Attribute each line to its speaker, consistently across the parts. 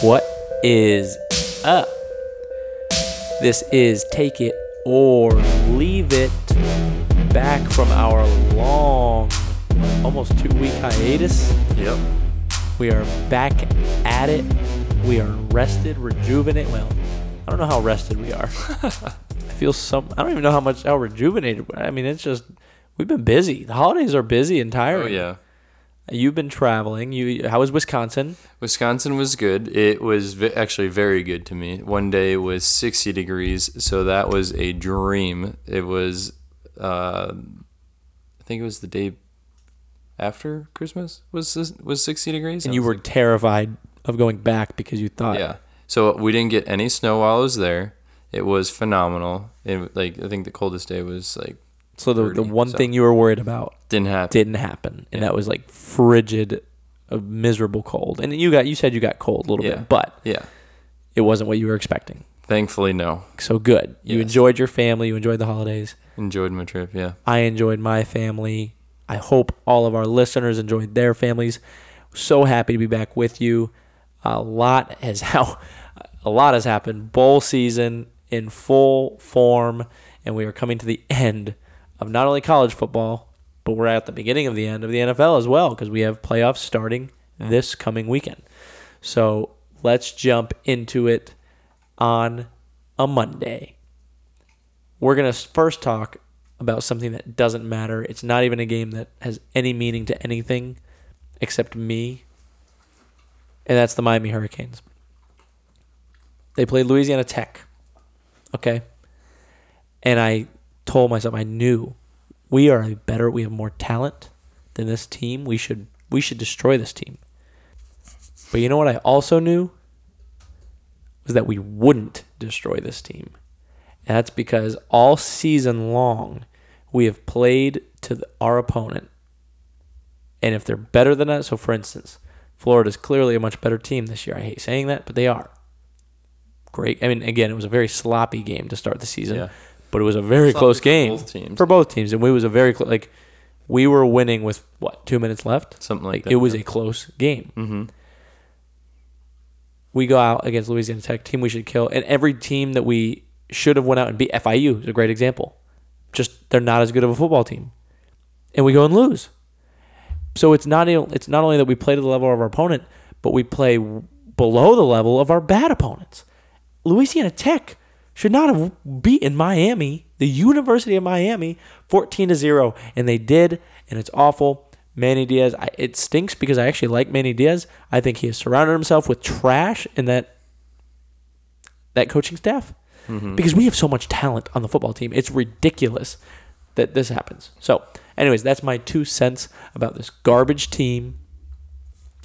Speaker 1: What is up? This is Take It or Leave It back from our long, almost two week hiatus.
Speaker 2: Yep.
Speaker 1: We are back at it. We are rested, rejuvenate. Well, I don't know how rested we are. I feel some. I don't even know how much how rejuvenated. we- I mean, it's just we've been busy. The holidays are busy and tiring.
Speaker 2: Oh yeah.
Speaker 1: You've been traveling. You how was Wisconsin?
Speaker 2: Wisconsin was good. It was v- actually very good to me. One day was 60 degrees, so that was a dream. It was, uh, I think it was the day after Christmas was this, was 60 degrees.
Speaker 1: And you were terrified of going back because you thought
Speaker 2: yeah. So we didn't get any snow while I was there. It was phenomenal. It like I think the coldest day was like
Speaker 1: so the, the
Speaker 2: 30,
Speaker 1: one
Speaker 2: so-
Speaker 1: thing you were worried about
Speaker 2: didn't happen.
Speaker 1: didn't happen. And that was like frigid uh, miserable cold. And you got you said you got cold a little
Speaker 2: Yeah.
Speaker 1: bit, but
Speaker 2: yeah.
Speaker 1: it wasn't what you were expecting.
Speaker 2: Thankfully, no.
Speaker 1: So good. You
Speaker 2: Yes.
Speaker 1: enjoyed your family, you enjoyed the holidays.
Speaker 2: Enjoyed my trip. Yeah.
Speaker 1: I enjoyed my family. I hope all of our listeners enjoyed their families. So happy to be back with you. A lot has how a lot has happened. Bowl season in full form, and we are coming to the end of not only college football, but we're at the beginning of the end of the NFL as well because we have playoffs starting this coming weekend. So let's jump into it on a Monday we're going to first talk about something that doesn't matter. It's not even a game that has any meaning to anything except me. And that's the Miami Hurricanes. They played Louisiana Tech. Okay. And I told myself I knew we are a better we have more talent than this team. We should we should destroy this team. But you know what I also knew was that we wouldn't destroy this team. And that's because all season long, we have played to the, our opponent. And if they're better than us, so for instance, Florida's clearly a much better team this year. I hate saying that, but they are. Great. I mean, again, it was a very sloppy game to start the season,
Speaker 2: Yeah.
Speaker 1: but it was a very
Speaker 2: Sloppy
Speaker 1: close
Speaker 2: for
Speaker 1: game
Speaker 2: both teams.
Speaker 1: for both teams. And we was a very close, like, we were winning with what, two minutes left?
Speaker 2: Something like
Speaker 1: Like,
Speaker 2: that.
Speaker 1: it was a close game.
Speaker 2: Mhm.
Speaker 1: We go out against Louisiana Tech, team we should kill, and every team that we should have went out and beat. FIU is a great example. Just they're not as good of a football team, and we go and lose. So it's not it's not only that we play to the level of our opponent, but we play w- below the level of our bad opponents. Louisiana Tech should not have beaten Miami, the University of Miami, fourteen to zero, and they did, and it's awful. Manny Diaz, I, it stinks because I actually like Manny Diaz. I think he has surrounded himself with trash in that that coaching staff because we have so much talent on the football team. It's ridiculous that this happens. So, anyways, that's my two cents about this garbage team.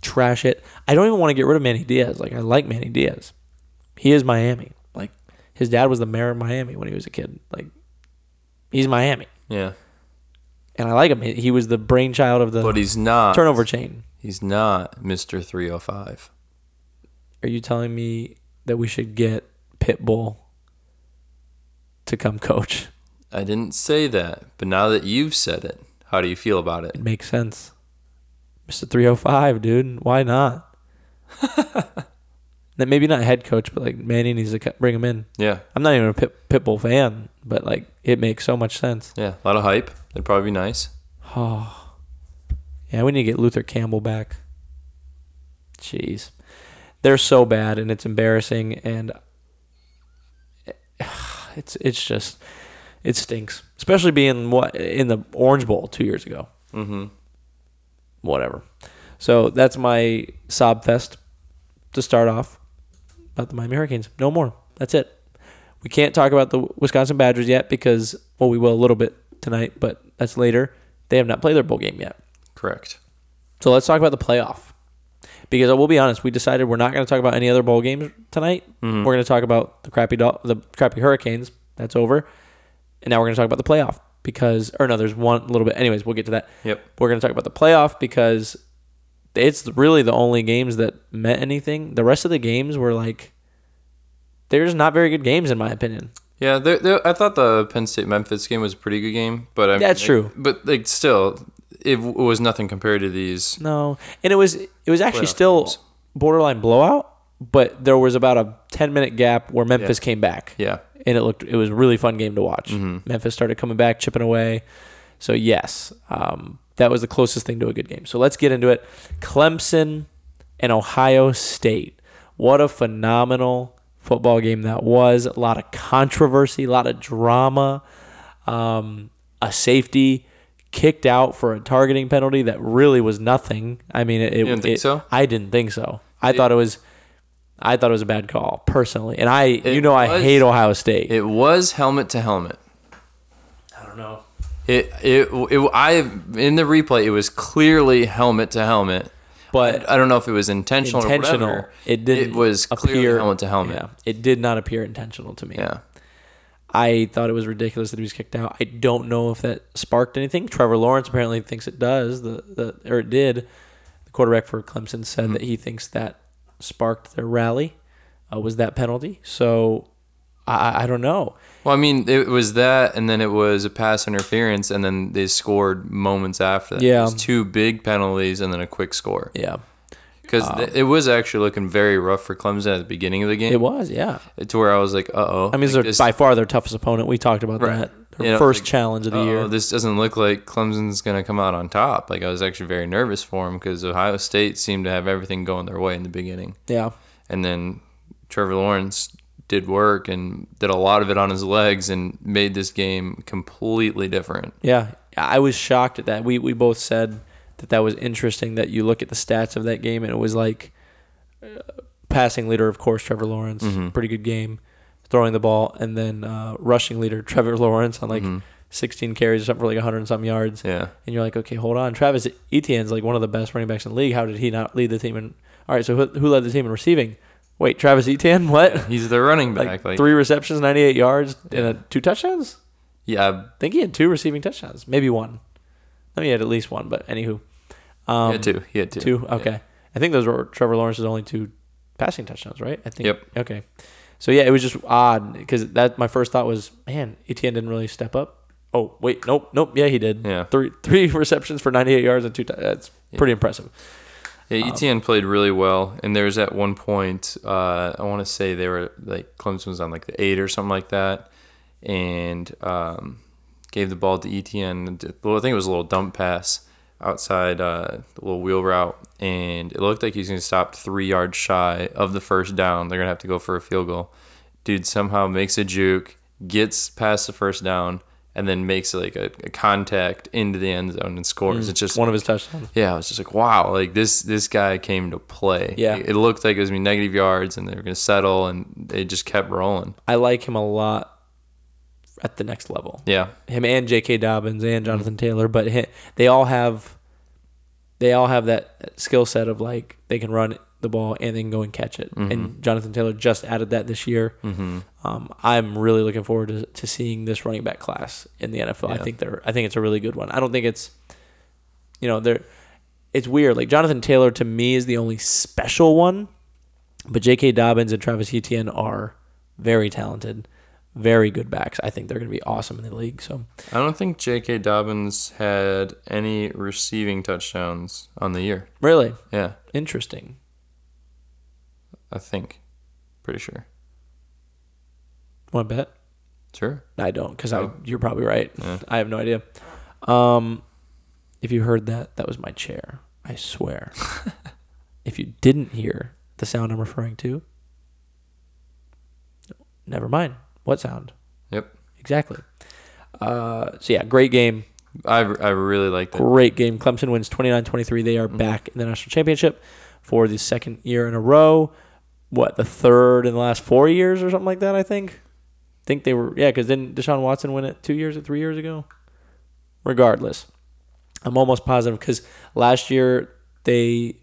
Speaker 1: Trash it. I don't even want to get rid of Manny Diaz. Like I like Manny Diaz. He is Miami. Like his dad was the mayor of Miami when he was a kid. Like he's Miami.
Speaker 2: Yeah.
Speaker 1: And I like him. He he was the brainchild of the
Speaker 2: But he's not.
Speaker 1: Uh, turnover chain.
Speaker 2: He's not oh Mr. 305.
Speaker 1: Are you telling me that we should get Pitbull to come coach?
Speaker 2: I didn't say that, but now that you've said it, how do you feel about it?
Speaker 1: It makes sense. Mr. 305, dude. Why not? then maybe not head coach, but like Manny needs to co- bring him in.
Speaker 2: Yeah,
Speaker 1: I'm not even a Pit- Pitbull fan, but like it makes so much sense.
Speaker 2: yeah, a lot of hype. That'd probably be nice.
Speaker 1: Oh, yeah, we need to get Luther Campbell back. Jeez, they're so bad, and it's embarrassing, and it's it's just it stinks, especially being what in the Orange Bowl two years ago.
Speaker 2: Mm-hmm.
Speaker 1: Whatever. So that's my sob fest to start off about the Miami Hurricanes. No more. That's it. We can't talk about the Wisconsin Badgers yet because well, we will a little bit tonight, but that's later. They have not played their bowl game yet.
Speaker 2: Correct.
Speaker 1: So let's talk about the playoff. Because I will be honest, we decided we're not going to talk about any other bowl games tonight.
Speaker 2: Mm-hmm.
Speaker 1: We're going to talk about the crappy Dol- the crappy Hurricanes. That's over. And now we're going to talk about the playoff because or no, there's one little bit. Anyways, we'll get to that.
Speaker 2: Yep.
Speaker 1: We're going to talk about the playoff because it's really the only games that meant anything. The rest of the games were like they're just not very good games in my opinion.
Speaker 2: Yeah, there there I thought the Penn State Memphis game was a pretty good game, but I
Speaker 1: That's
Speaker 2: like-
Speaker 1: true.
Speaker 2: But like, still, it w- was nothing compared to these.
Speaker 1: No, and it was it was actually
Speaker 2: Playoff
Speaker 1: still
Speaker 2: games.
Speaker 1: borderline blowout, but there was about a 10 minute gap where Memphis came back.
Speaker 2: Yeah.
Speaker 1: And it looked, it was a really fun game to watch.
Speaker 2: Mm-hmm.
Speaker 1: Memphis started coming back, chipping away. So, yes, um, that was the closest thing to a good game. So, let's get into it. Clemson and Ohio State. What a phenomenal football game that was. A lot of controversy, a lot of drama. Um, a safety kicked out for a targeting penalty that really was nothing. I mean, it,
Speaker 2: didn't think
Speaker 1: it-
Speaker 2: so?
Speaker 1: I didn't think so. I thought it was, I thought it was a bad call personally, and I, you know, I
Speaker 2: was-
Speaker 1: hate Ohio State.
Speaker 2: It was helmet to helmet.
Speaker 1: I don't know.
Speaker 2: It, it it I in the replay it was clearly helmet to helmet.
Speaker 1: But-
Speaker 2: I don't know if it was intentional. Or
Speaker 1: Intentional.
Speaker 2: whatever.
Speaker 1: It didn't.
Speaker 2: It was clearly
Speaker 1: appear-
Speaker 2: helmet to helmet.
Speaker 1: Yeah, it did not appear intentional to me.
Speaker 2: Yeah.
Speaker 1: I thought it was ridiculous that he was kicked out. I don't know if that sparked anything. Trevor Lawrence apparently thinks it does. The, the or it did. The quarterback for Clemson said
Speaker 2: Hmm.
Speaker 1: that he thinks that sparked their rally. Uh, was that penalty? So I, I- I don't know.
Speaker 2: Well, I mean, it was that, and then it was a pass interference, and then they scored moments after that. It
Speaker 1: Yeah.
Speaker 2: was two big penalties and then a quick score.
Speaker 1: Yeah, Um,
Speaker 2: Because it was actually looking very rough for Clemson at the beginning of the game,
Speaker 1: it was. Yeah,
Speaker 2: to where I was like, "Uh oh."
Speaker 1: I mean, they're by far their toughest opponent. We talked about
Speaker 2: Right.
Speaker 1: that. Their
Speaker 2: You know,
Speaker 1: first
Speaker 2: like,
Speaker 1: challenge of the year.
Speaker 2: this doesn't look like Clemson's going to come out on top. Like I was actually very nervous for him because Ohio State seemed to have everything going their way in the beginning,
Speaker 1: yeah,
Speaker 2: and then Trevor Lawrence did work and did a lot of it on his legs and made this game completely different.
Speaker 1: yeah. I was shocked at that. We we both said that that was interesting. That you look at the stats of that game and it was like uh, passing leader, of course, Trevor Lawrence, pretty good game, throwing the ball, and then uh, rushing leader Trevor Lawrence on like
Speaker 2: Mm-hmm.
Speaker 1: 16 carries or something for like 100 and some yards.
Speaker 2: Yeah.
Speaker 1: And you're like, okay, hold on. Travis Etienne's like one of the best running backs in the league. How did he not lead the team? in all right, so who, who led the team in receiving? Wait, Travis Etienne, what?
Speaker 2: He's the running back.
Speaker 1: like,
Speaker 2: Like,
Speaker 1: three receptions, 98 yards, and uh two touchdowns.
Speaker 2: yeah,
Speaker 1: I think he had two receiving touchdowns, maybe one. I mean, he had at least one, but anywho, um,
Speaker 2: he had two. He had two.
Speaker 1: two. Okay, I think those were Trevor Lawrence's only two passing touchdowns, right? I think.
Speaker 2: Yep.
Speaker 1: Okay, so yeah, it was just odd because that my first thought was, man, Etienne didn't really step up. Oh wait, nope, nope. Yeah, he did.
Speaker 2: Yeah.
Speaker 1: three three receptions for 98 yards and two. tou- That's pretty impressive.
Speaker 2: Yeah, Etienne played really well, and there was at one point uh, I want to say they were like Clemson was on like the eight or something like that, and um, gave the ball to E Etienne. Well, I think it was a little dump pass outside uh, the little wheel route, and it looked like he's going to stop three yards shy of the first down. They're going to have to go for a field goal. Dude somehow makes a juke, gets past the first down, and then makes like a, a contact into the end zone and scores. It's just
Speaker 1: One of his touchdowns.
Speaker 2: yeah, I was just like, wow, like this this guy came to play.
Speaker 1: Yeah.
Speaker 2: it, it looked like it was gonna be negative yards, and they were gonna settle, and they just kept rolling.
Speaker 1: I like him a lot at the next level.
Speaker 2: Yeah,
Speaker 1: him and J.K. Dobbins and Jonathan Taylor, but he, they all have they all have that skill set of like they can run the ball and they can go and catch it. And Jonathan Taylor just added that this year. Mm-hmm. Um, I'm really looking forward to, to seeing this running back class in the NFL. I think they're I think it's a really good one. I don't think it's you know they're it's weird. Like Jonathan Taylor to me is the only special one, but J.K. Dobbins and Travis Etienne are very talented. Very good backs. I think they're going to be awesome in the league. So,
Speaker 2: I don't think J.K. Dobbins had any receiving touchdowns on the year.
Speaker 1: Really
Speaker 2: Yeah,
Speaker 1: interesting.
Speaker 2: I think, pretty sure.
Speaker 1: Want to bet?
Speaker 2: Sure.
Speaker 1: I don't, because I you're probably right. I have no idea. Um, if you heard that, that was my chair. I swear. if you didn't hear the sound I'm referring to, never mind. What sound?
Speaker 2: Yep.
Speaker 1: Exactly. Uh, so yeah, great game.
Speaker 2: I, I really like that.
Speaker 1: Great game. Clemson wins 29-23. They are back in the national championship for the second year in a row. What, the third in the last four years or something like that, I think? think they were, yeah, because didn't Deshaun Watson win it two years or three years ago? Regardless, I'm almost positive because last year they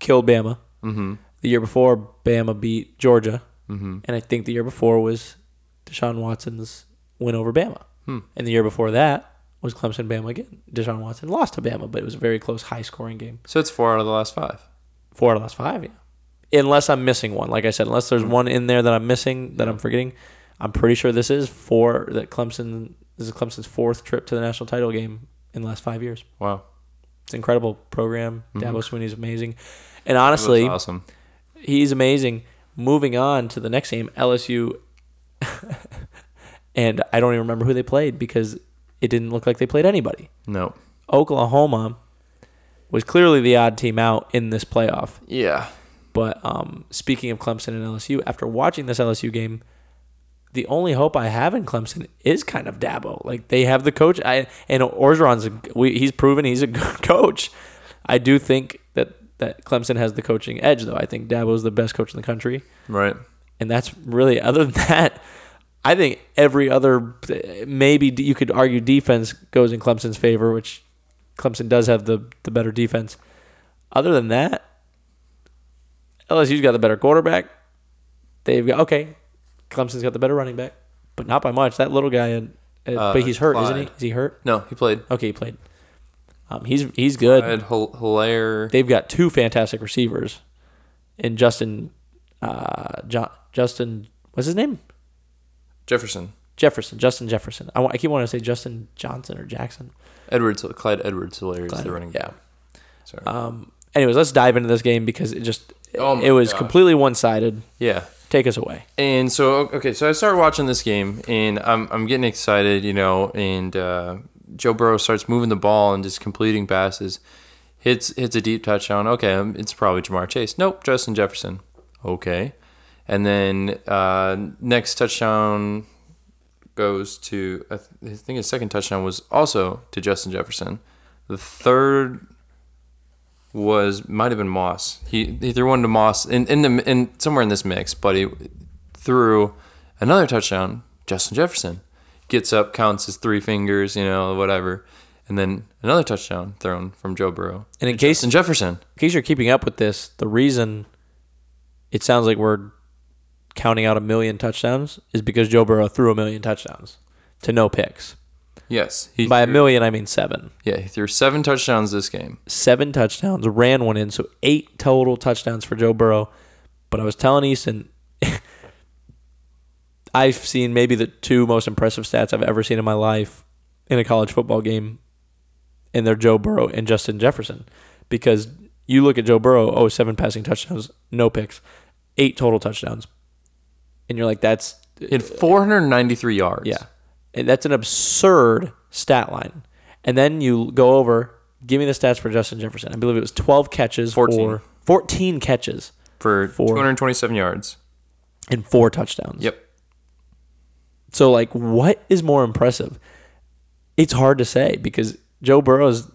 Speaker 1: killed Bama. Mm-hmm. The year before, Bama beat Georgia. Mm-hmm. And I think the year before was Deshaun Watson's win over Bama. And the year before that was Clemson Bama again. Deshaun Watson lost to Bama, but it was a very close, high scoring game.
Speaker 2: So it's four out of the last five.
Speaker 1: Four out of the last five, yeah. Unless I'm missing one. Like I said, unless there's one in there that I'm missing that I'm forgetting, I'm pretty sure this is four that Clemson this is Clemson's fourth trip to the national title game in the last five years.
Speaker 2: Wow,
Speaker 1: It's an incredible program. Mm-hmm. Dabo Swinney's amazing. And
Speaker 2: That's
Speaker 1: honestly,
Speaker 2: awesome.
Speaker 1: he's amazing. Moving on to the next game, LSU, and I don't even remember who they played because it didn't look like they played anybody.
Speaker 2: No.
Speaker 1: Oklahoma was clearly the odd team out in this playoff.
Speaker 2: Yeah.
Speaker 1: But um, speaking of Clemson and LSU, after watching this LSU game, the only hope I have in Clemson is kind of Dabo. Like they have the coach, I and Orgeron's a, we, he's proven he's a good coach. I do think that that Clemson has the coaching edge, though. I think Dabo's the best coach in the country,
Speaker 2: Right.
Speaker 1: and that's really other than that. I think every other maybe you could argue defense goes in Clemson's favor, which Clemson does have the the better defense. Other than that, LSU's got the better quarterback. They've got okay. Clemson's got the better running back, but not by much. That little guy, in, uh,
Speaker 2: Uh,
Speaker 1: but he's hurt, isn't
Speaker 2: Clyde.
Speaker 1: he? Is he hurt?
Speaker 2: No, he played.
Speaker 1: Okay, he played. Um, he's he's good.
Speaker 2: I had Hil- Hilaire.
Speaker 1: They've got two fantastic receivers, and Justin, uh, jo- Justin, what's his name?
Speaker 2: Jefferson.
Speaker 1: Jefferson, Justin Jefferson. I, wa- I keep wanting to say Justin Johnson or Jackson.
Speaker 2: Edwards. Clyde Edwards Hilaire is
Speaker 1: Clyde,
Speaker 2: the running
Speaker 1: yeah.
Speaker 2: back. Uh, Sorry.
Speaker 1: Um, anyways, let's dive into this game because it just
Speaker 2: Oh my
Speaker 1: it was
Speaker 2: gosh.
Speaker 1: completely one sided.
Speaker 2: yeah.
Speaker 1: Take us away.
Speaker 2: And so okay, so I started watching this game, and I'm I'm getting excited, you know. And uh, Joe Burrow starts moving the ball and just completing passes, hits hits a deep touchdown. Okay, um, it's probably Jamar Chase. Nope, Justin Jefferson. Okay, and then uh, next touchdown goes to I, th- I think his second touchdown was also to Justin Jefferson. The third was might have been Moss. He he threw one to Moss in in the in somewhere in this mix, but he threw another touchdown. Justin Jefferson gets up, counts his three fingers, you know, whatever, and then another touchdown thrown from Joe Burrow.
Speaker 1: And in case
Speaker 2: Justin Jefferson.
Speaker 1: in case you're keeping up with this, the reason it sounds like we're counting out a million touchdowns is because Joe Burrow threw a million touchdowns to no picks.
Speaker 2: Yes, he
Speaker 1: By a
Speaker 2: threw-
Speaker 1: million, I mean seven.
Speaker 2: Yeah, he threw seven touchdowns this game.
Speaker 1: seven touchdowns, ran one in, so eight total touchdowns for Joe Burrow. But I was telling Easton, I've seen maybe the two most impressive stats I've ever seen in my life in a college football game, and they're Joe Burrow and Justin Jefferson. Because you look at Joe Burrow, oh, seven passing touchdowns, no picks, eight total touchdowns. And you're like, that's
Speaker 2: He had 493 yards.
Speaker 1: yeah. And that's an absurd stat line. And then you go over, give me the stats for Justin Jefferson. I believe it was 12 catches
Speaker 2: 14.
Speaker 1: for 14 catches
Speaker 2: for
Speaker 1: Four.
Speaker 2: 227 yards.
Speaker 1: and four touchdowns.
Speaker 2: Yep.
Speaker 1: So like what is more impressive? It's hard to say because Joe Burrow's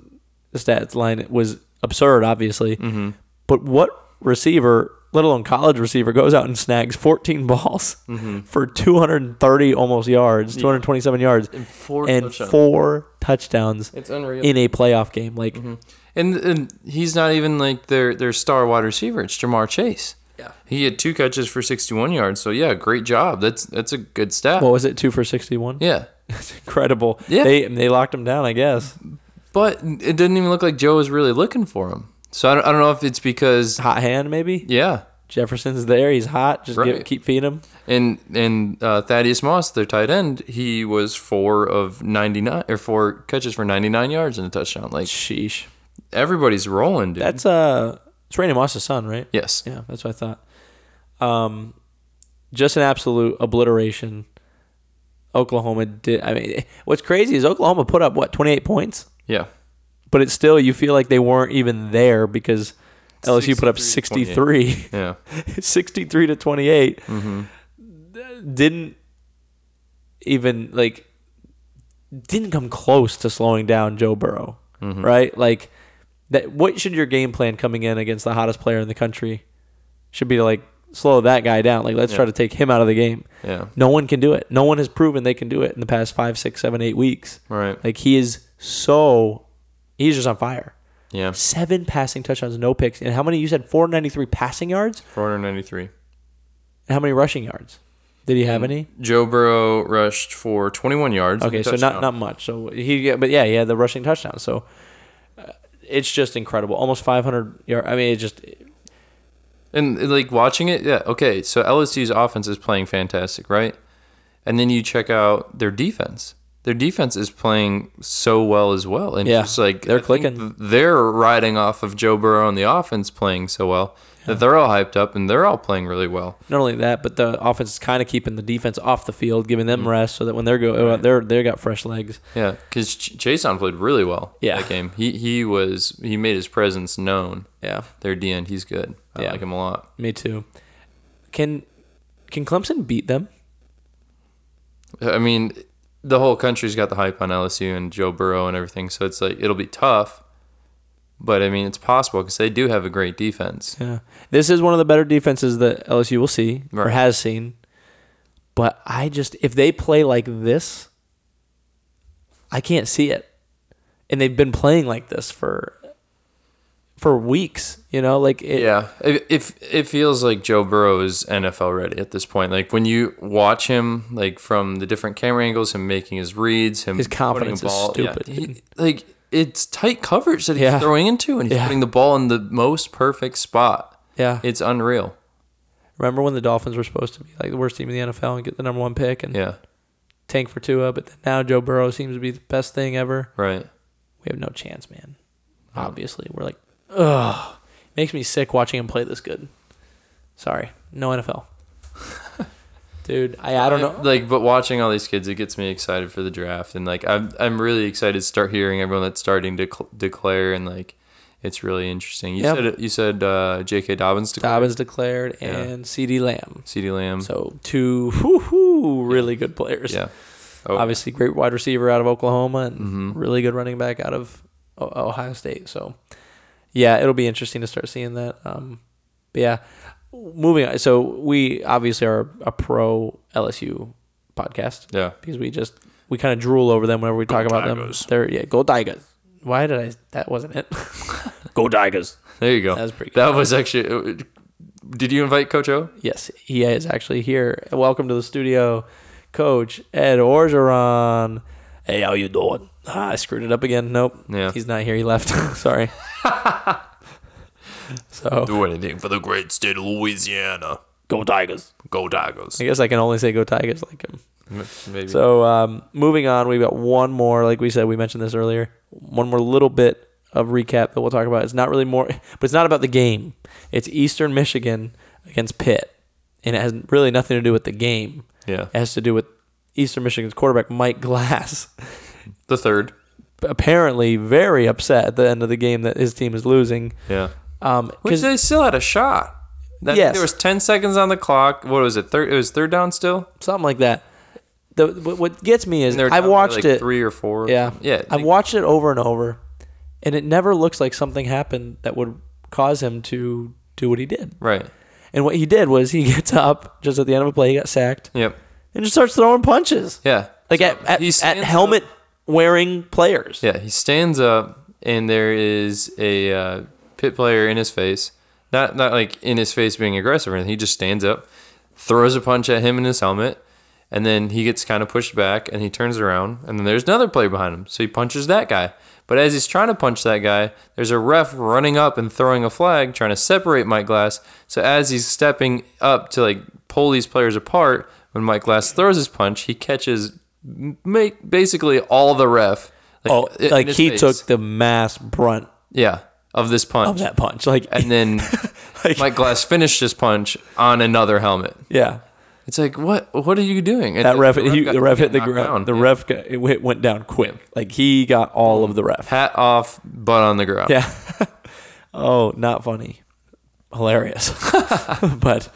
Speaker 1: stats line was absurd obviously.
Speaker 2: Mm-hmm.
Speaker 1: But what receiver, let alone college receiver goes out and snags 14 balls
Speaker 2: Mm-hmm.
Speaker 1: for 230 almost yards, 227 yards and
Speaker 2: four touchdowns.
Speaker 1: four touchdowns
Speaker 2: It's unreal.
Speaker 1: in a playoff game. Like
Speaker 2: Mm-hmm. And, and he's not even like their their star wide receiver. It's Jamar Chase.
Speaker 1: Yeah.
Speaker 2: He had two catches for 61 yards. So yeah, great job. That's that's a good stat.
Speaker 1: what was it? 2 for 61.
Speaker 2: yeah.
Speaker 1: It's incredible.
Speaker 2: Yeah. Mm-hmm.
Speaker 1: They they locked him down, I guess.
Speaker 2: But it didn't even look like Joe was really looking for him. So I don't, I don't know if it's because
Speaker 1: Hot hand maybe.
Speaker 2: yeah.
Speaker 1: Jefferson's there, he's hot. Just
Speaker 2: Right.
Speaker 1: get, keep feeding him.
Speaker 2: And and uh, Thaddeus Moss, their tight end, he was 4 of 99 or 4 catches for 99 yards and a touchdown. Like
Speaker 1: Sheesh.
Speaker 2: everybody's rolling, dude.
Speaker 1: That's
Speaker 2: Mm-hmm.
Speaker 1: uh, it's Randy Moss's son, right?
Speaker 2: yes.
Speaker 1: Yeah, that's what I thought. Um, just an absolute obliteration. Oklahoma did. I mean, eh, what's crazy is Oklahoma put up what twenty eight points,
Speaker 2: Yeah.
Speaker 1: but it's still you feel like they weren't even there because LSU put up
Speaker 2: 63
Speaker 1: 63,
Speaker 2: to
Speaker 1: 63,
Speaker 2: Yeah.
Speaker 1: to twenty Didn't even like didn't come close to slowing down Joe Burrow, right? Like that. What should your game plan coming in against the hottest player in the country should be to like slow that guy down? Like let's try to take him out of the game.
Speaker 2: Yeah.
Speaker 1: No one can do it. No one has proven they can do it in the past five, six, seven, eight weeks.
Speaker 2: Right.
Speaker 1: Like he is so he's just on fire.
Speaker 2: Yeah.
Speaker 1: Seven passing touchdowns, no picks, and how many? You said four ninety three passing yards,
Speaker 2: 493.
Speaker 1: and how many rushing yards? Did he have any?
Speaker 2: Joe Burrow rushed for 21 yards. and
Speaker 1: Okay,
Speaker 2: Mm. a
Speaker 1: so not
Speaker 2: touchdown.
Speaker 1: not much. So he, yeah, but yeah, he had the rushing touchdown. So uh, it's just incredible. Almost 500 yard. I mean, it just
Speaker 2: and like watching it. Yeah, okay. So LSU's offense is playing fantastic, right? And then you check out their defense. their defense is playing so well as well. And
Speaker 1: Yeah,
Speaker 2: just like
Speaker 1: they're
Speaker 2: I think
Speaker 1: clicking.
Speaker 2: they're riding off of Joe Burrow and the offense playing so well that they're all hyped up and they're all playing really well.
Speaker 1: Not only that, but the offense is kind of keeping the defense off the field, giving
Speaker 2: Mm.
Speaker 1: them rest, so that when they're go, oh, they're they got fresh legs.
Speaker 2: Yeah, because Ch- Chaseon played really well.
Speaker 1: Yeah.
Speaker 2: that game. He he was he made his presence known.
Speaker 1: Yeah,
Speaker 2: Their DN, he's good. I
Speaker 1: Yeah.
Speaker 2: like him a lot.
Speaker 1: me too. Can can Clemson beat them?
Speaker 2: I mean, the whole country's got the hype on LSU and Joe Burrow and everything, so it's like it'll be tough. But I mean, it's possible because they do have a great defense.
Speaker 1: Yeah, this is one of the better defenses that LSU will see or
Speaker 2: Right.
Speaker 1: has seen. But I just if they play like this, I can't see it. And they've been playing like this for for weeks. You know, like it,
Speaker 2: Yeah, it, if it feels like Joe Burrow is NFL ready at this point. Like when you watch him, like from the different camera angles, him making his reads, him
Speaker 1: His
Speaker 2: putting
Speaker 1: confidence
Speaker 2: a
Speaker 1: is
Speaker 2: ball, yeah,
Speaker 1: stupid.
Speaker 2: he- like it's tight coverage that he's
Speaker 1: Yeah.
Speaker 2: throwing into, and he's
Speaker 1: Yeah.
Speaker 2: putting the ball in the most perfect spot.
Speaker 1: yeah.
Speaker 2: It's unreal.
Speaker 1: Remember when the Dolphins were supposed to be like the worst team in the NFL and get the number one pick and
Speaker 2: Yeah,
Speaker 1: tank for Tua, but then now Joe Burrow seems to be the best thing ever.
Speaker 2: right.
Speaker 1: We have no chance, man. Obviously, we're like, ugh. Makes me sick watching him play this good. Sorry, no NFL. Dude, I, I don't know.
Speaker 2: Like, but watching all these kids, it gets me excited for the draft, and like I'm I'm really excited to start hearing everyone that's starting to cl- declare, and like it's really interesting. You
Speaker 1: Yeah.
Speaker 2: said you said uh, J.K. Dobbins declared.
Speaker 1: Dobbins declared
Speaker 2: Yeah.
Speaker 1: and C.D. Lamb.
Speaker 2: CeeDee Lamb.
Speaker 1: So two whoo, whoo, really good players.
Speaker 2: Yeah. Oh, Mm-hmm.
Speaker 1: Obviously, great wide receiver out of Oklahoma and really good running back out of O- Ohio State. So, yeah, it'll be interesting to start seeing that. Um, but yeah, moving on. So we obviously are a pro LSU podcast
Speaker 2: yeah.
Speaker 1: because we just we kind of drool over them whenever we talk about them. They're yeah, go Tigers. Why did I? That wasn't it. go Tigers.
Speaker 2: There you go.
Speaker 1: That was pretty
Speaker 2: That was actually. uh, Did you invite Coach O?
Speaker 1: Yes, he is actually here. Welcome to the studio, Coach Ed Orgeron. Hey, how you doing? Ah, I screwed it up again. Nope.
Speaker 2: Yeah.
Speaker 1: He's not here. He left. Sorry. so
Speaker 2: Do anything for the great state of Louisiana.
Speaker 1: go Tigers.
Speaker 2: Go Tigers.
Speaker 1: I guess I can only say go Tigers like him.
Speaker 2: Maybe.
Speaker 1: So um, moving on, we've got one more. Like we said, we mentioned this earlier. One more little bit of recap that we'll talk about. It's not really more, but it's not about the game. It's Eastern Michigan against Pitt, and it has really nothing to do with the game.
Speaker 2: yeah.
Speaker 1: It has to do with Eastern Michigan's quarterback Mike Glass.
Speaker 2: The third.
Speaker 1: Apparently, very upset at the end of the game that his team is losing.
Speaker 2: Yeah.
Speaker 1: Um,
Speaker 2: Which
Speaker 1: 'cause-
Speaker 2: they still had a shot. That,
Speaker 1: Yes.
Speaker 2: There was ten seconds on the clock. What was it? Third. It was third down still.
Speaker 1: something like that. The what what gets me is
Speaker 2: And they were
Speaker 1: I've
Speaker 2: down by,
Speaker 1: watched
Speaker 2: like,
Speaker 1: it.
Speaker 2: three or four.
Speaker 1: Yeah,
Speaker 2: Yeah.
Speaker 1: I've
Speaker 2: like,
Speaker 1: watched it over and over, and it never looks like something happened that would cause him to do what he did.
Speaker 2: right.
Speaker 1: And what he did was he gets up just at the end of a play, he got sacked,
Speaker 2: Yep.
Speaker 1: and just starts throwing punches
Speaker 2: Yeah.
Speaker 1: like
Speaker 2: So
Speaker 1: at
Speaker 2: he
Speaker 1: at, at
Speaker 2: stands up-
Speaker 1: helmet wearing players.
Speaker 2: Yeah, he stands up and there is a uh, pit player in his face. Not not like in his face being aggressive or anything. He just stands up, throws a punch at him in his helmet, and then he gets kind of pushed back and he turns around and then there's another player behind him. So he punches that guy. But as he's trying to punch that guy, there's a ref running up and throwing a flag, trying to separate Mike Glass. So as he's stepping up to like pull these players apart, when Mike Glass throws his punch, he catches m- make basically all the ref. Like,
Speaker 1: Oh,
Speaker 2: in
Speaker 1: like
Speaker 2: his
Speaker 1: he
Speaker 2: face.
Speaker 1: took the mass brunt
Speaker 2: Yeah, of this
Speaker 1: of
Speaker 2: punch.
Speaker 1: that punch. Like,
Speaker 2: and then
Speaker 1: Like-
Speaker 2: Mike Glass finished his punch on another helmet.
Speaker 1: yeah,
Speaker 2: It's like, what what are you doing? And
Speaker 1: that ref,
Speaker 2: the
Speaker 1: he,
Speaker 2: got-
Speaker 1: the ref
Speaker 2: got
Speaker 1: hit the
Speaker 2: knocked down.
Speaker 1: ground. The
Speaker 2: Yeah.
Speaker 1: ref got, it went went down quick. Like he got all of the ref.
Speaker 2: hat off, butt on the ground.
Speaker 1: Yeah. oh, not funny. Hilarious, but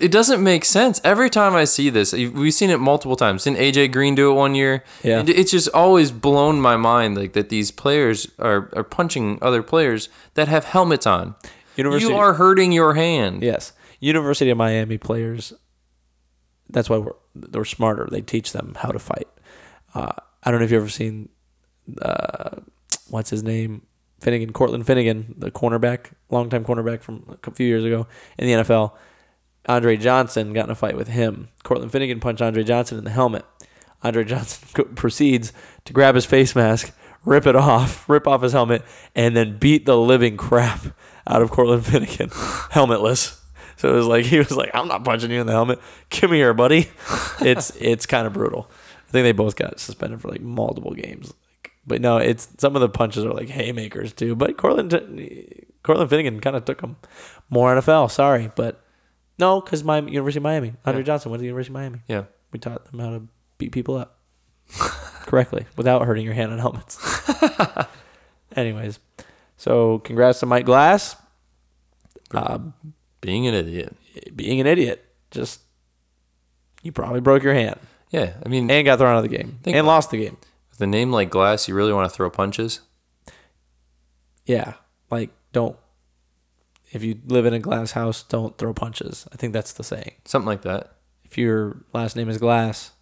Speaker 2: It doesn't make sense. Every time I see this, we've seen it multiple times. Didn't AJ Green do it one year?
Speaker 1: Yeah.
Speaker 2: And it's just always blown my mind like that these players are, are punching other players that have helmets on.
Speaker 1: University-
Speaker 2: You are hurting your hand.
Speaker 1: yes, University of Miami players. That's why we're they're smarter. They teach them how to fight. Uh, I don't know if you've ever seen, uh, what's his name, Finnegan, Cortland Finnegan, the cornerback, longtime cornerback from a few years ago in the NFL. Andre Johnson got in a fight with him. Cortland Finnegan punched Andre Johnson in the helmet. Andre Johnson co- proceeds to grab his face mask, rip it off, rip off his helmet, and then beat the living crap out of Cortland Finnegan, helmetless. So it was like he was like, "I'm not punching you in the helmet. Come here, buddy." It's it's kind of brutal. think they both got suspended for like multiple games. Like, but no, it's some of the punches are like haymakers too. But Cortland Cortland Finnegan kind of took them. More NFL, sorry, but no, because my University of Miami, Andre
Speaker 2: Yeah.
Speaker 1: Johnson went to the University of Miami.
Speaker 2: Yeah.
Speaker 1: We taught them how to beat people up correctly without hurting your hand on helmets. Anyways, so congrats to Mike Glass. Uh,
Speaker 2: Being an idiot.
Speaker 1: being an idiot, just you probably broke your hand
Speaker 2: Yeah. I mean,
Speaker 1: and got thrown out of the game
Speaker 2: Think-
Speaker 1: and lost the game.
Speaker 2: with a name like Glass, you really want to throw punches?
Speaker 1: Yeah, like don't. If you live in a glass house, don't throw punches. I think that's the saying.
Speaker 2: Something like that.
Speaker 1: If your last name is Glass,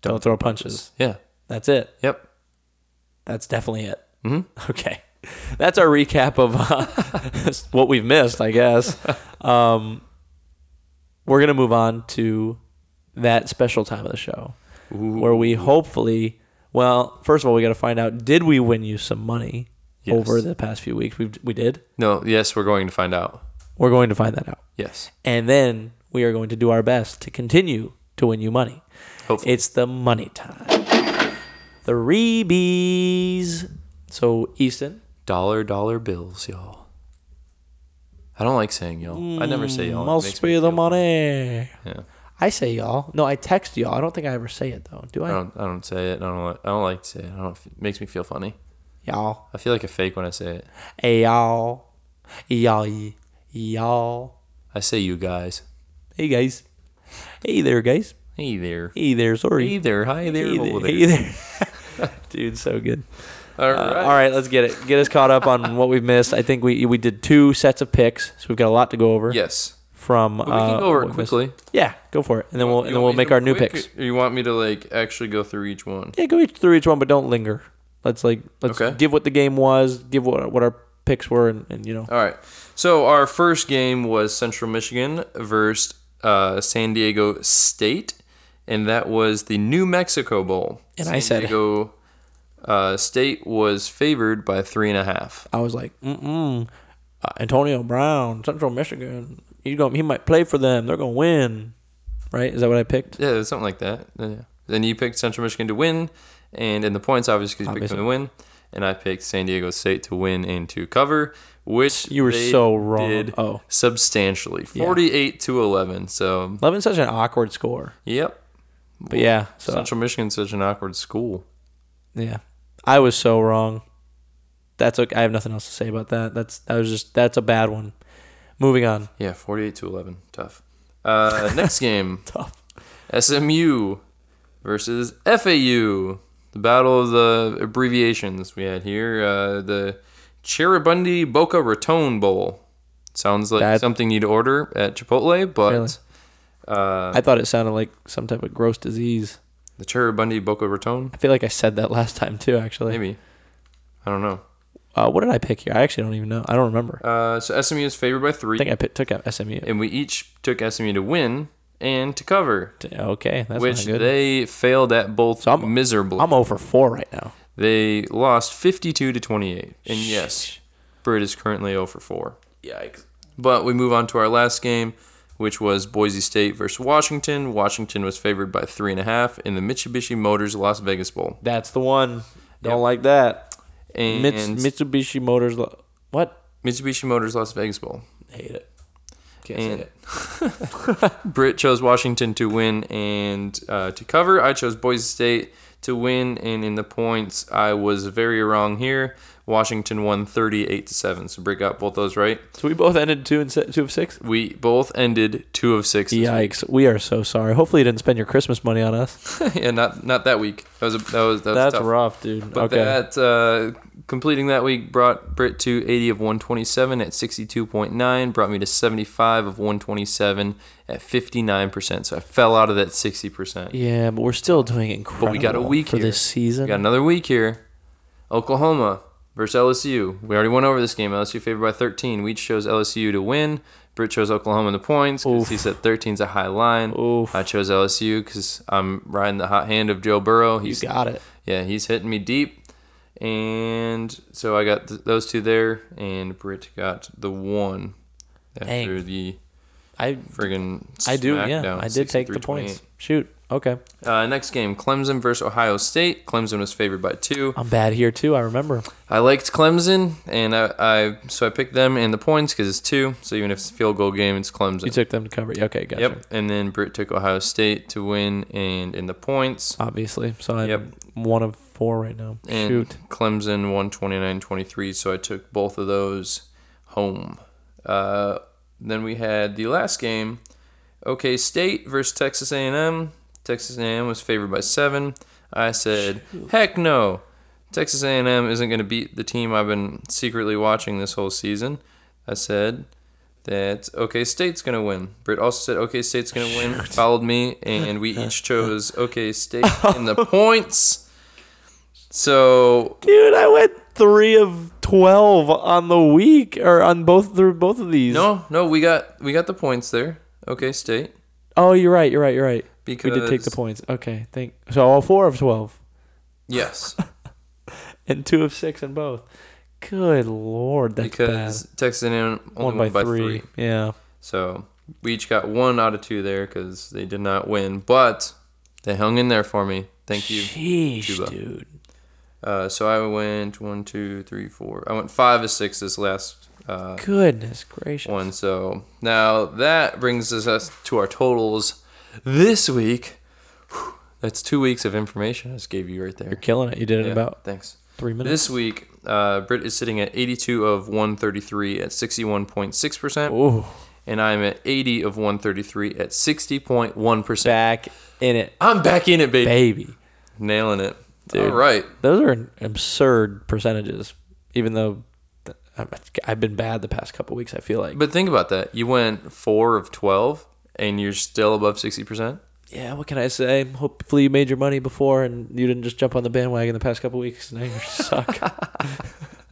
Speaker 1: don't, throw punches.
Speaker 2: Yeah.
Speaker 1: That's it.
Speaker 2: Yep.
Speaker 1: That's definitely it.
Speaker 2: hmm
Speaker 1: Okay. That's our recap of uh, what we've missed, I guess. Um, we're going to move on to that special time of the show where we hopefully, well, first of all, we got to find out did we win you some money
Speaker 2: Yes.
Speaker 1: over the past few weeks? We've, we did.
Speaker 2: No, yes, we're going to find out.
Speaker 1: We're going to find that out.
Speaker 2: Yes.
Speaker 1: And then we are going to do our best to continue to win you money.
Speaker 2: Hopefully.
Speaker 1: It's the money time. Three B's. So, Easton,
Speaker 2: dollar dollar bills, y'all. I don't like saying y'all. I never say y'all. It
Speaker 1: Must
Speaker 2: makes me
Speaker 1: be the
Speaker 2: feel-
Speaker 1: money.
Speaker 2: Yeah.
Speaker 1: I say y'all. No, I text y'all. I don't think I ever say it though. Do
Speaker 2: I
Speaker 1: I?
Speaker 2: don't. I don't say it. I don't. Like, I don't like to say it. I don't. It makes me feel funny.
Speaker 1: Y'all.
Speaker 2: I feel like a fake when I say it.
Speaker 1: Hey y'all. Y'all. y- Y'all.
Speaker 2: I say you guys.
Speaker 1: Hey guys. Hey there, guys.
Speaker 2: Hey there.
Speaker 1: Hey there. Sorry.
Speaker 2: Hey there. Hi there.
Speaker 1: Hey
Speaker 2: hello
Speaker 1: there.
Speaker 2: there.
Speaker 1: Hey there. Dude, so good.
Speaker 2: All
Speaker 1: Uh,
Speaker 2: right.
Speaker 1: all right, let's get it. Get us caught up on what we've missed. I think we we did two sets of picks, so we've got a lot to go over.
Speaker 2: Yes.
Speaker 1: From
Speaker 2: But we can go over
Speaker 1: what we
Speaker 2: it
Speaker 1: missed.
Speaker 2: quickly.
Speaker 1: Yeah, go for it, and then uh, we'll and
Speaker 2: You
Speaker 1: then
Speaker 2: want
Speaker 1: we'll
Speaker 2: me
Speaker 1: make
Speaker 2: to
Speaker 1: our new
Speaker 2: quick,
Speaker 1: picks.
Speaker 2: or You want me to like actually go through each one?
Speaker 1: Yeah, go each through each one, but don't linger. Let's like let's
Speaker 2: Okay.
Speaker 1: give what the game was, give what what our picks were, and, and you know
Speaker 2: All right. So our first game was Central Michigan versus uh, San Diego State, and that was the New Mexico Bowl.
Speaker 1: And
Speaker 2: San
Speaker 1: I said-
Speaker 2: Diego uh, State was favored by three and a half.
Speaker 1: I was like, mm mm, uh, Antonio Brown, Central Michigan, he's going to he might play for them. They're gonna win, right? Is that what I picked?
Speaker 2: Yeah, it was something like that. Yeah. Then you picked Central Michigan to win, and in the points, obviously, 'cause you picked them to win. And I picked San Diego State to win and to cover, which
Speaker 1: You were
Speaker 2: they
Speaker 1: so wrong.
Speaker 2: did
Speaker 1: Oh.
Speaker 2: substantially,
Speaker 1: Yeah.
Speaker 2: forty-eight to eleven. So,
Speaker 1: Eleven's such an awkward score,
Speaker 2: yep,
Speaker 1: but yeah, so
Speaker 2: Central Michigan's such an awkward school.
Speaker 1: yeah, I was so wrong. That's okay. I have nothing else to say about that. That's that was just that's a bad one. Moving on.
Speaker 2: Yeah, 48 to 11. Tough. Uh, next game
Speaker 1: Tough.
Speaker 2: SMU versus FAU. The battle of the abbreviations we had here. Uh, the Cherubundi Boca Raton Bowl. Sounds like
Speaker 1: That-
Speaker 2: something you'd order at Chipotle, but
Speaker 1: Really?
Speaker 2: uh,
Speaker 1: I thought it sounded like some type of gross disease.
Speaker 2: the Cherubundi Boca Raton?
Speaker 1: I feel like I said that last time too. Actually,
Speaker 2: Maybe. I don't know.
Speaker 1: Uh, what did I pick here? I actually don't even know. I don't remember.
Speaker 2: Uh, so SMU is favored by
Speaker 1: I
Speaker 2: three,
Speaker 1: think I picked, took out SMU.
Speaker 2: and we each took SMU to win and to cover,
Speaker 1: okay, that's
Speaker 2: which
Speaker 1: not good.
Speaker 2: they failed at both
Speaker 1: So I'm-
Speaker 2: miserably.
Speaker 1: I'm over four right now.
Speaker 2: They lost 52 to 28. And yes, Britt is currently 0 for 4.
Speaker 1: Yikes.
Speaker 2: But we move on to our last game, which was Boise State versus Washington. Washington was favored by 3.5 in the Mitsubishi Motors Las Vegas Bowl.
Speaker 1: That's the one. Don't like that.
Speaker 2: And
Speaker 1: Mits- Mitsubishi Motors. Lo- what?
Speaker 2: Mitsubishi Motors Las Vegas Bowl.
Speaker 1: Hate it. Can't
Speaker 2: And Britt chose Washington to win and uh, to cover. I chose Boise State to win, and in the points, I was very wrong here. Washington won 38 to 7. So Britt got both those right.
Speaker 1: So we both ended two and si- two of six.
Speaker 2: We both ended two of six. this week.
Speaker 1: Yikes. We are so sorry. Hopefully you didn't spend your Christmas money on us.
Speaker 2: yeah, not not that week. That was a, that was that was
Speaker 1: That's
Speaker 2: tough.
Speaker 1: rough, dude.
Speaker 2: But
Speaker 1: okay.
Speaker 2: that uh, completing that week brought Britt to 80 of 127 at 62.9. Brought me to 75 of 127 at 59 percent. So I fell out of that 60 percent.
Speaker 1: yeah, but we're still doing incredible.
Speaker 2: we got a week
Speaker 1: for
Speaker 2: here.
Speaker 1: this season.
Speaker 2: Got another week here. Oklahoma versus LSU. We already went over this game. LSU favored by 13. We each chose LSU to win. Britt chose Oklahoma in the points because he said 13's a high line.
Speaker 1: Oof.
Speaker 2: I chose LSU because I'm riding the hot hand of Joe Burrow.
Speaker 1: you
Speaker 2: He's
Speaker 1: got it.
Speaker 2: yeah, he's hitting me deep. And so I got th- those two there, and Britt got the one after
Speaker 1: Dang.
Speaker 2: the
Speaker 1: I
Speaker 2: Friggin'
Speaker 1: I do. Yeah,
Speaker 2: smackdown,
Speaker 1: I did take the
Speaker 2: 63-28.
Speaker 1: points. Shoot. Okay,
Speaker 2: Uh, next game, Clemson versus Ohio State. Clemson was favored by two.
Speaker 1: I'm bad here too. I remember.
Speaker 2: I liked Clemson, and I, I so I picked them and the points because it's two. So even if it's a field goal game, it's Clemson.
Speaker 1: You took them to cover. Okay, gotcha.
Speaker 2: Yep. And then Britt took Ohio State to win and in the points.
Speaker 1: Obviously. So I'm
Speaker 2: Yep.
Speaker 1: one of four right now.
Speaker 2: And
Speaker 1: Shoot.
Speaker 2: Clemson won 29-23, so I took both of those home. Uh, then we had the last game, OK State versus Texas A&M. Texas A&M was favored by seven. I said, heck no. Texas A&M isn't going to beat the team I've been secretly watching this whole season. I said that OK State's going to win. Britt also said OK State's going to win, followed me, and we each chose OK State in the points. So
Speaker 1: Dude, I went three of twelve on the week or on both through both of these.
Speaker 2: no, no, we got we got the points there. OK State
Speaker 1: Oh, you're right. You're right. You're right.
Speaker 2: because
Speaker 1: we did take the points. Okay. Thank. So all four of twelve
Speaker 2: Yes,
Speaker 1: and two of six in both. Good lord, that's
Speaker 2: because Texas A&M only
Speaker 1: bad. One by, three. Yeah.
Speaker 2: So we each got one out of two there because they did not win, but they hung in there for me. Thank you.
Speaker 1: Sheesh,
Speaker 2: Cuba.
Speaker 1: dude.
Speaker 2: Uh, so I went one, two, three, four. I went five or six this last uh,
Speaker 1: Goodness gracious.
Speaker 2: one. So now that brings us- us to our totals this week. Whew, That's two weeks of information I just gave you right there.
Speaker 1: You're killing it. You did it in
Speaker 2: Yeah,
Speaker 1: about
Speaker 2: thanks.
Speaker 1: three minutes.
Speaker 2: This week, uh, Britt is sitting at 82 of 133 at 61.6%,
Speaker 1: Ooh,
Speaker 2: and I'm at 80 of 133 at 60.1%.
Speaker 1: back in it,
Speaker 2: I'm back in it, baby.
Speaker 1: baby.
Speaker 2: Nailing it.
Speaker 1: Dude.
Speaker 2: All right.
Speaker 1: Those are absurd percentages. Even though th- I'm- I've been bad the past couple weeks, I feel like.
Speaker 2: But think about that. You went 4 of 12 and you're still above 60%.
Speaker 1: yeah, what can I say? Hopefully, you made your money before and you didn't just jump on the bandwagon the past couple weeks. Now you suck.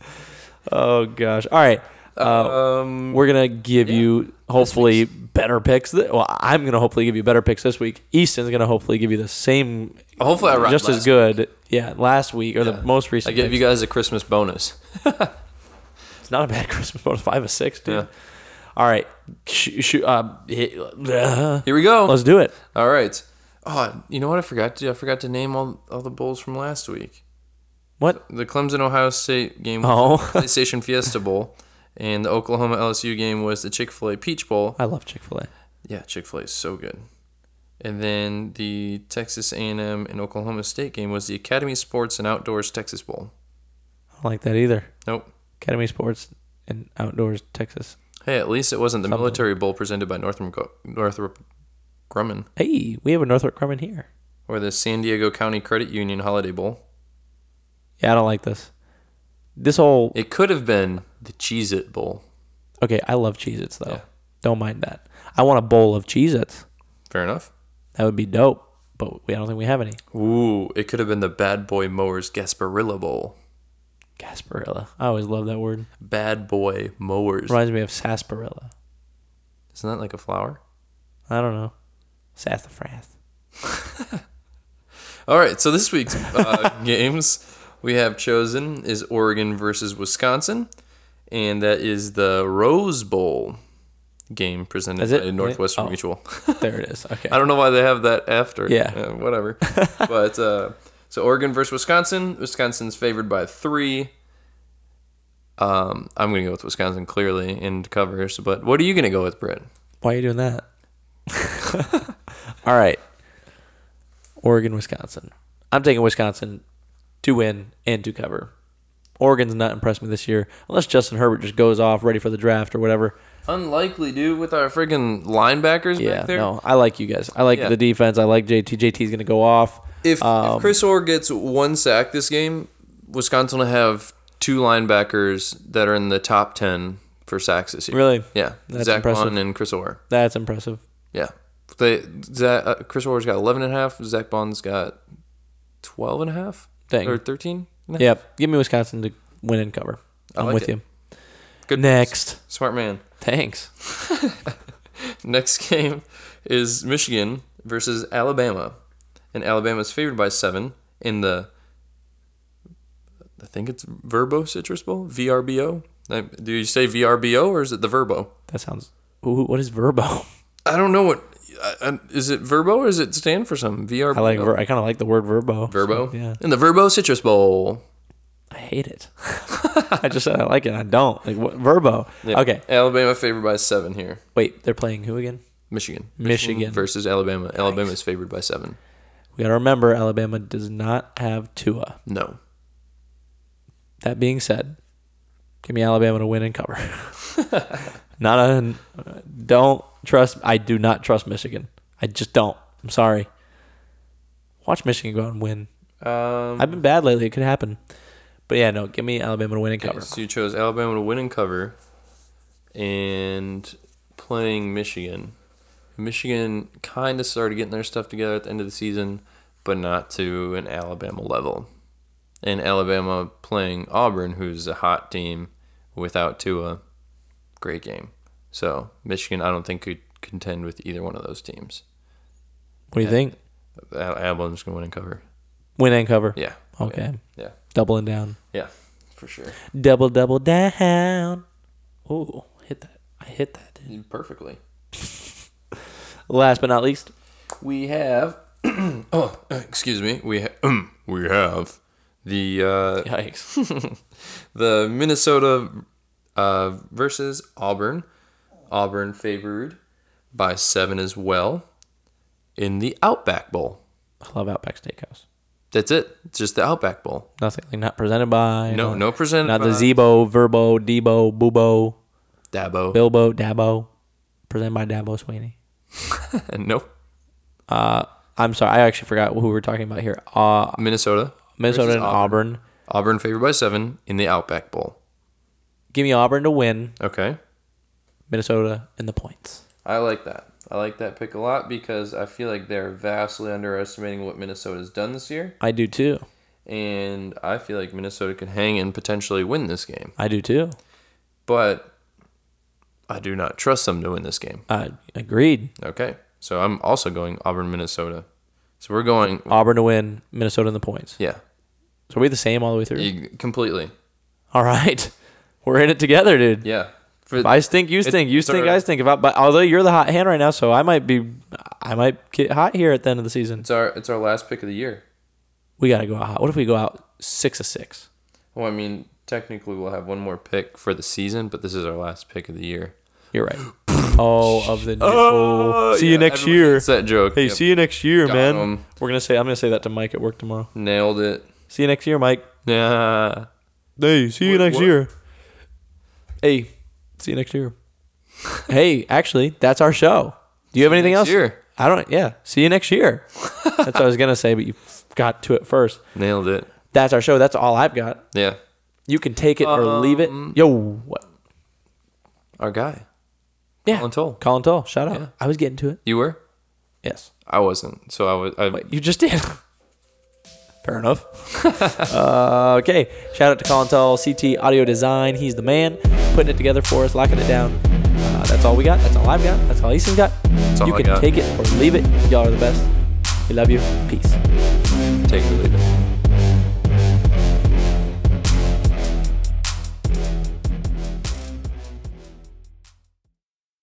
Speaker 1: oh gosh. All right. Uh,
Speaker 2: um,
Speaker 1: we're gonna give you hopefully better picks. Th- well, I'm gonna hopefully give you better picks this week. Easton's gonna hopefully give you the same,
Speaker 2: hopefully I rocked
Speaker 1: just as
Speaker 2: last
Speaker 1: good. Yeah, last week or
Speaker 2: Yeah.
Speaker 1: the most
Speaker 2: I
Speaker 1: recent.
Speaker 2: gave
Speaker 1: picks.
Speaker 2: you guys a Christmas bonus.
Speaker 1: It's not a bad Christmas bonus. Five or six, dude.
Speaker 2: Yeah.
Speaker 1: All right. Sh- sh- uh, hit- uh,
Speaker 2: Here we go.
Speaker 1: let's do it.
Speaker 2: all right. Oh, you know what I forgot to do? I forgot to name all, all the bowls from last week.
Speaker 1: What?
Speaker 2: The Clemson Ohio State game was
Speaker 1: Oh,
Speaker 2: the PlayStation Fiesta Bowl, and the Oklahoma LSU game was the Chick Fil A Peach Bowl.
Speaker 1: I love Chick Fil A.
Speaker 2: Yeah, Chick Fil A is so good. And then the Texas A&M and Oklahoma State game was the Academy Sports and Outdoors Texas Bowl.
Speaker 1: I don't like that either.
Speaker 2: Nope.
Speaker 1: Academy Sports and Outdoors, Texas.
Speaker 2: Hey, at least it wasn't the
Speaker 1: Something.
Speaker 2: military bowl presented by Northrop Gro- Northrop Grumman
Speaker 1: Hey, we have a Northrop Grumman here.
Speaker 2: or the San Diego County Credit Union Holiday Bowl.
Speaker 1: Yeah, I don't like this. This whole
Speaker 2: It could have been the Cheez It Bowl.
Speaker 1: okay. I love Cheez-Its though.
Speaker 2: Yeah.
Speaker 1: Don't mind that. I want a bowl of Cheez-Its.
Speaker 2: Fair enough.
Speaker 1: That would be dope. But we, I don't think we have any.
Speaker 2: Ooh, it could have been the Bad Boy Mowers Gasparilla Bowl.
Speaker 1: Gasparilla. I always love that word.
Speaker 2: Bad Boy Mowers.
Speaker 1: Reminds me of sarsaparilla.
Speaker 2: Isn't that like a flower?
Speaker 1: I don't know. Sassafras.
Speaker 2: All right, so this week's uh, games we have chosen is Oregon versus Wisconsin, and that is the Rose Bowl game presented
Speaker 1: Is it?
Speaker 2: by Northwestern
Speaker 1: Oh.
Speaker 2: Mutual.
Speaker 1: there it is. Okay.
Speaker 2: I don't know why they have that after.
Speaker 1: Yeah.
Speaker 2: Uh, whatever. but uh, so Oregon versus Wisconsin. Wisconsin's favored by three. Um, I'm going to go with Wisconsin clearly in covers, but what are you going to go with, Britt?
Speaker 1: Why are you doing that? All right. Oregon, Wisconsin. I'm taking Wisconsin to win and to cover. Oregon's not impressed me this year, unless Justin Herbert just goes off ready for the draft or whatever.
Speaker 2: Unlikely, dude, with our friggin' linebackers
Speaker 1: Yeah,
Speaker 2: back there.
Speaker 1: no, I like you guys. I like
Speaker 2: Yeah.
Speaker 1: the defense. I like JT. JT's going to go off.
Speaker 2: If, if
Speaker 1: Um,
Speaker 2: Chris Orr gets one sack this game, Wisconsin will have two linebackers that are in the top ten for sacks this year.
Speaker 1: Really,
Speaker 2: Yeah,
Speaker 1: That's
Speaker 2: Zach
Speaker 1: impressive.
Speaker 2: Bond and Chris Orr.
Speaker 1: that's impressive.
Speaker 2: Yeah, they Zach, uh, Chris Orr's got eleven and a half. Zach Bond's got twelve and a half
Speaker 1: Dang.
Speaker 2: or thirteen. and a half.
Speaker 1: Yep. Give me Wisconsin to win and cover.
Speaker 2: I
Speaker 1: I'm
Speaker 2: like
Speaker 1: with
Speaker 2: it.
Speaker 1: you.
Speaker 2: Good
Speaker 1: Next.
Speaker 2: smart man.
Speaker 1: Thanks.
Speaker 2: Next game is Michigan versus Alabama, and Alabama's favored by seven in the. I think it's Verbo Citrus Bowl. VRBO. Uh, Do you say VRBO or is it the Verbo?
Speaker 1: That sounds Ooh, what is Verbo?
Speaker 2: I don't know what I, I, is it Verbo or is it stand for something? VR.
Speaker 1: I like. Ver- I kind of like the word Verbo.
Speaker 2: Verbo.
Speaker 1: So, yeah.
Speaker 2: In the Verbo Citrus Bowl.
Speaker 1: I hate it. I just said I like it. I don't like what, Verbo.
Speaker 2: Yeah.
Speaker 1: Okay.
Speaker 2: Alabama favored by seven here.
Speaker 1: Wait, they're playing who again?
Speaker 2: Michigan.
Speaker 1: Michigan.
Speaker 2: versus Alabama. Alabama is favored by seven.
Speaker 1: We gotta remember Alabama does not have Tua.
Speaker 2: No.
Speaker 1: That being said, give me Alabama to win and cover. not a. Don't trust. I do not trust Michigan. I just don't. I'm sorry. Watch Michigan go out and win.
Speaker 2: Um,
Speaker 1: I've been bad lately. It could happen. But yeah, no. Give me Alabama to win and cover.
Speaker 2: so you chose Alabama to win and cover, and playing Michigan. Michigan kind of started getting their stuff together at the end of the season, but not to an Alabama level. And Alabama playing Auburn, who's a hot team without Tua. Great game. So Michigan, I don't think could contend with either one of those teams.
Speaker 1: What do you think?
Speaker 2: Al- Alabama's gonna win and cover.
Speaker 1: Win and cover.
Speaker 2: Yeah.
Speaker 1: Okay.
Speaker 2: Yeah.
Speaker 1: Doubling down.
Speaker 2: Yeah. For sure.
Speaker 1: Double, double down. Oh, hit that. I hit that. dude.
Speaker 2: Perfectly.
Speaker 1: Last but not least,
Speaker 2: We have. oh, excuse me. We ha- we have the uh,
Speaker 1: yikes.
Speaker 2: the Minnesota uh, versus Auburn. Auburn favored by seven as well in the Outback Bowl.
Speaker 1: I love Outback Steakhouse.
Speaker 2: That's it. It's just the Outback Bowl.
Speaker 1: Nothing like not presented by.
Speaker 2: No, no present. uh,
Speaker 1: Not the Zebo, Verbo, Debo, Bubo,
Speaker 2: Dabo.
Speaker 1: Bilbo, Dabo. Presented by Dabo Sweeney.
Speaker 2: nope.
Speaker 1: Uh, I'm sorry. I actually forgot who we were talking about here. Uh,
Speaker 2: Minnesota.
Speaker 1: Minnesota
Speaker 2: versus
Speaker 1: and Auburn.
Speaker 2: Auburn favored by seven in the Outback Bowl.
Speaker 1: Give me Auburn to win.
Speaker 2: Okay.
Speaker 1: Minnesota in the points.
Speaker 2: I like that. I like that pick a lot because I feel like they're vastly underestimating what Minnesota's done this year,
Speaker 1: I do too.
Speaker 2: and I feel like Minnesota could hang and potentially win this game.
Speaker 1: I do too.
Speaker 2: But I do not trust them to win this game.
Speaker 1: Uh, agreed.
Speaker 2: Okay. So I'm also going Auburn, Minnesota. So we're going
Speaker 1: Auburn to win. Minnesota in the points.
Speaker 2: yeah,
Speaker 1: So are we the same all the way through?
Speaker 2: you- completely.
Speaker 1: All right. We're in it together, dude.
Speaker 2: Yeah. For,
Speaker 1: I stink, you stink, you
Speaker 2: it's
Speaker 1: stink,
Speaker 2: our-
Speaker 1: I stink. About, but although you're the hot hand right now, so I might be, I might get hot here at the end of the season.
Speaker 2: it's our it's our last pick of the year.
Speaker 1: We gotta go out hot. What if we go out six of six?
Speaker 2: Well, I mean, technically we'll have one more pick for the season, but this is our last pick of the year.
Speaker 1: You're right. Oh, of the new, oh, see you
Speaker 2: Yeah,
Speaker 1: next
Speaker 2: everyone
Speaker 1: year.
Speaker 2: hates that joke.
Speaker 1: Hey,
Speaker 2: Yep.
Speaker 1: see you next year,
Speaker 2: Got
Speaker 1: man.
Speaker 2: 'em.
Speaker 1: We're gonna say I'm gonna say that to Mike at work tomorrow.
Speaker 2: Nailed it.
Speaker 1: See you next year, Mike.
Speaker 2: Yeah.
Speaker 1: Hey, see you
Speaker 2: Wait,
Speaker 1: next
Speaker 2: what?
Speaker 1: year. Hey, see you next year. hey, actually, that's our show. Do you have anything
Speaker 2: next
Speaker 1: else?
Speaker 2: year.
Speaker 1: I don't. Yeah, see you next year. that's what I was gonna say, but you got to it first.
Speaker 2: Nailed it.
Speaker 1: That's our show. That's all I've got.
Speaker 2: Yeah.
Speaker 1: You can take it or leave it.
Speaker 2: Um,
Speaker 1: Yo, what?
Speaker 2: Our guy.
Speaker 1: Yeah,
Speaker 2: Colin Toll.
Speaker 1: Colin Toll. Shout out.
Speaker 2: Yeah.
Speaker 1: I was getting to it.
Speaker 2: You were?
Speaker 1: Yes.
Speaker 2: I wasn't. So I was I
Speaker 1: Wait, you just did. Fair enough. uh, okay. Shout out to Colin Tall, CT Audio Design. He's the man putting it together for us, locking it down. Uh, that's all we got. That's all I've got. That's all Easton's got.
Speaker 2: all
Speaker 1: you
Speaker 2: I
Speaker 1: can
Speaker 2: got.
Speaker 1: take it or leave it. Y'all are the best. We love you. Peace.
Speaker 2: take the lead.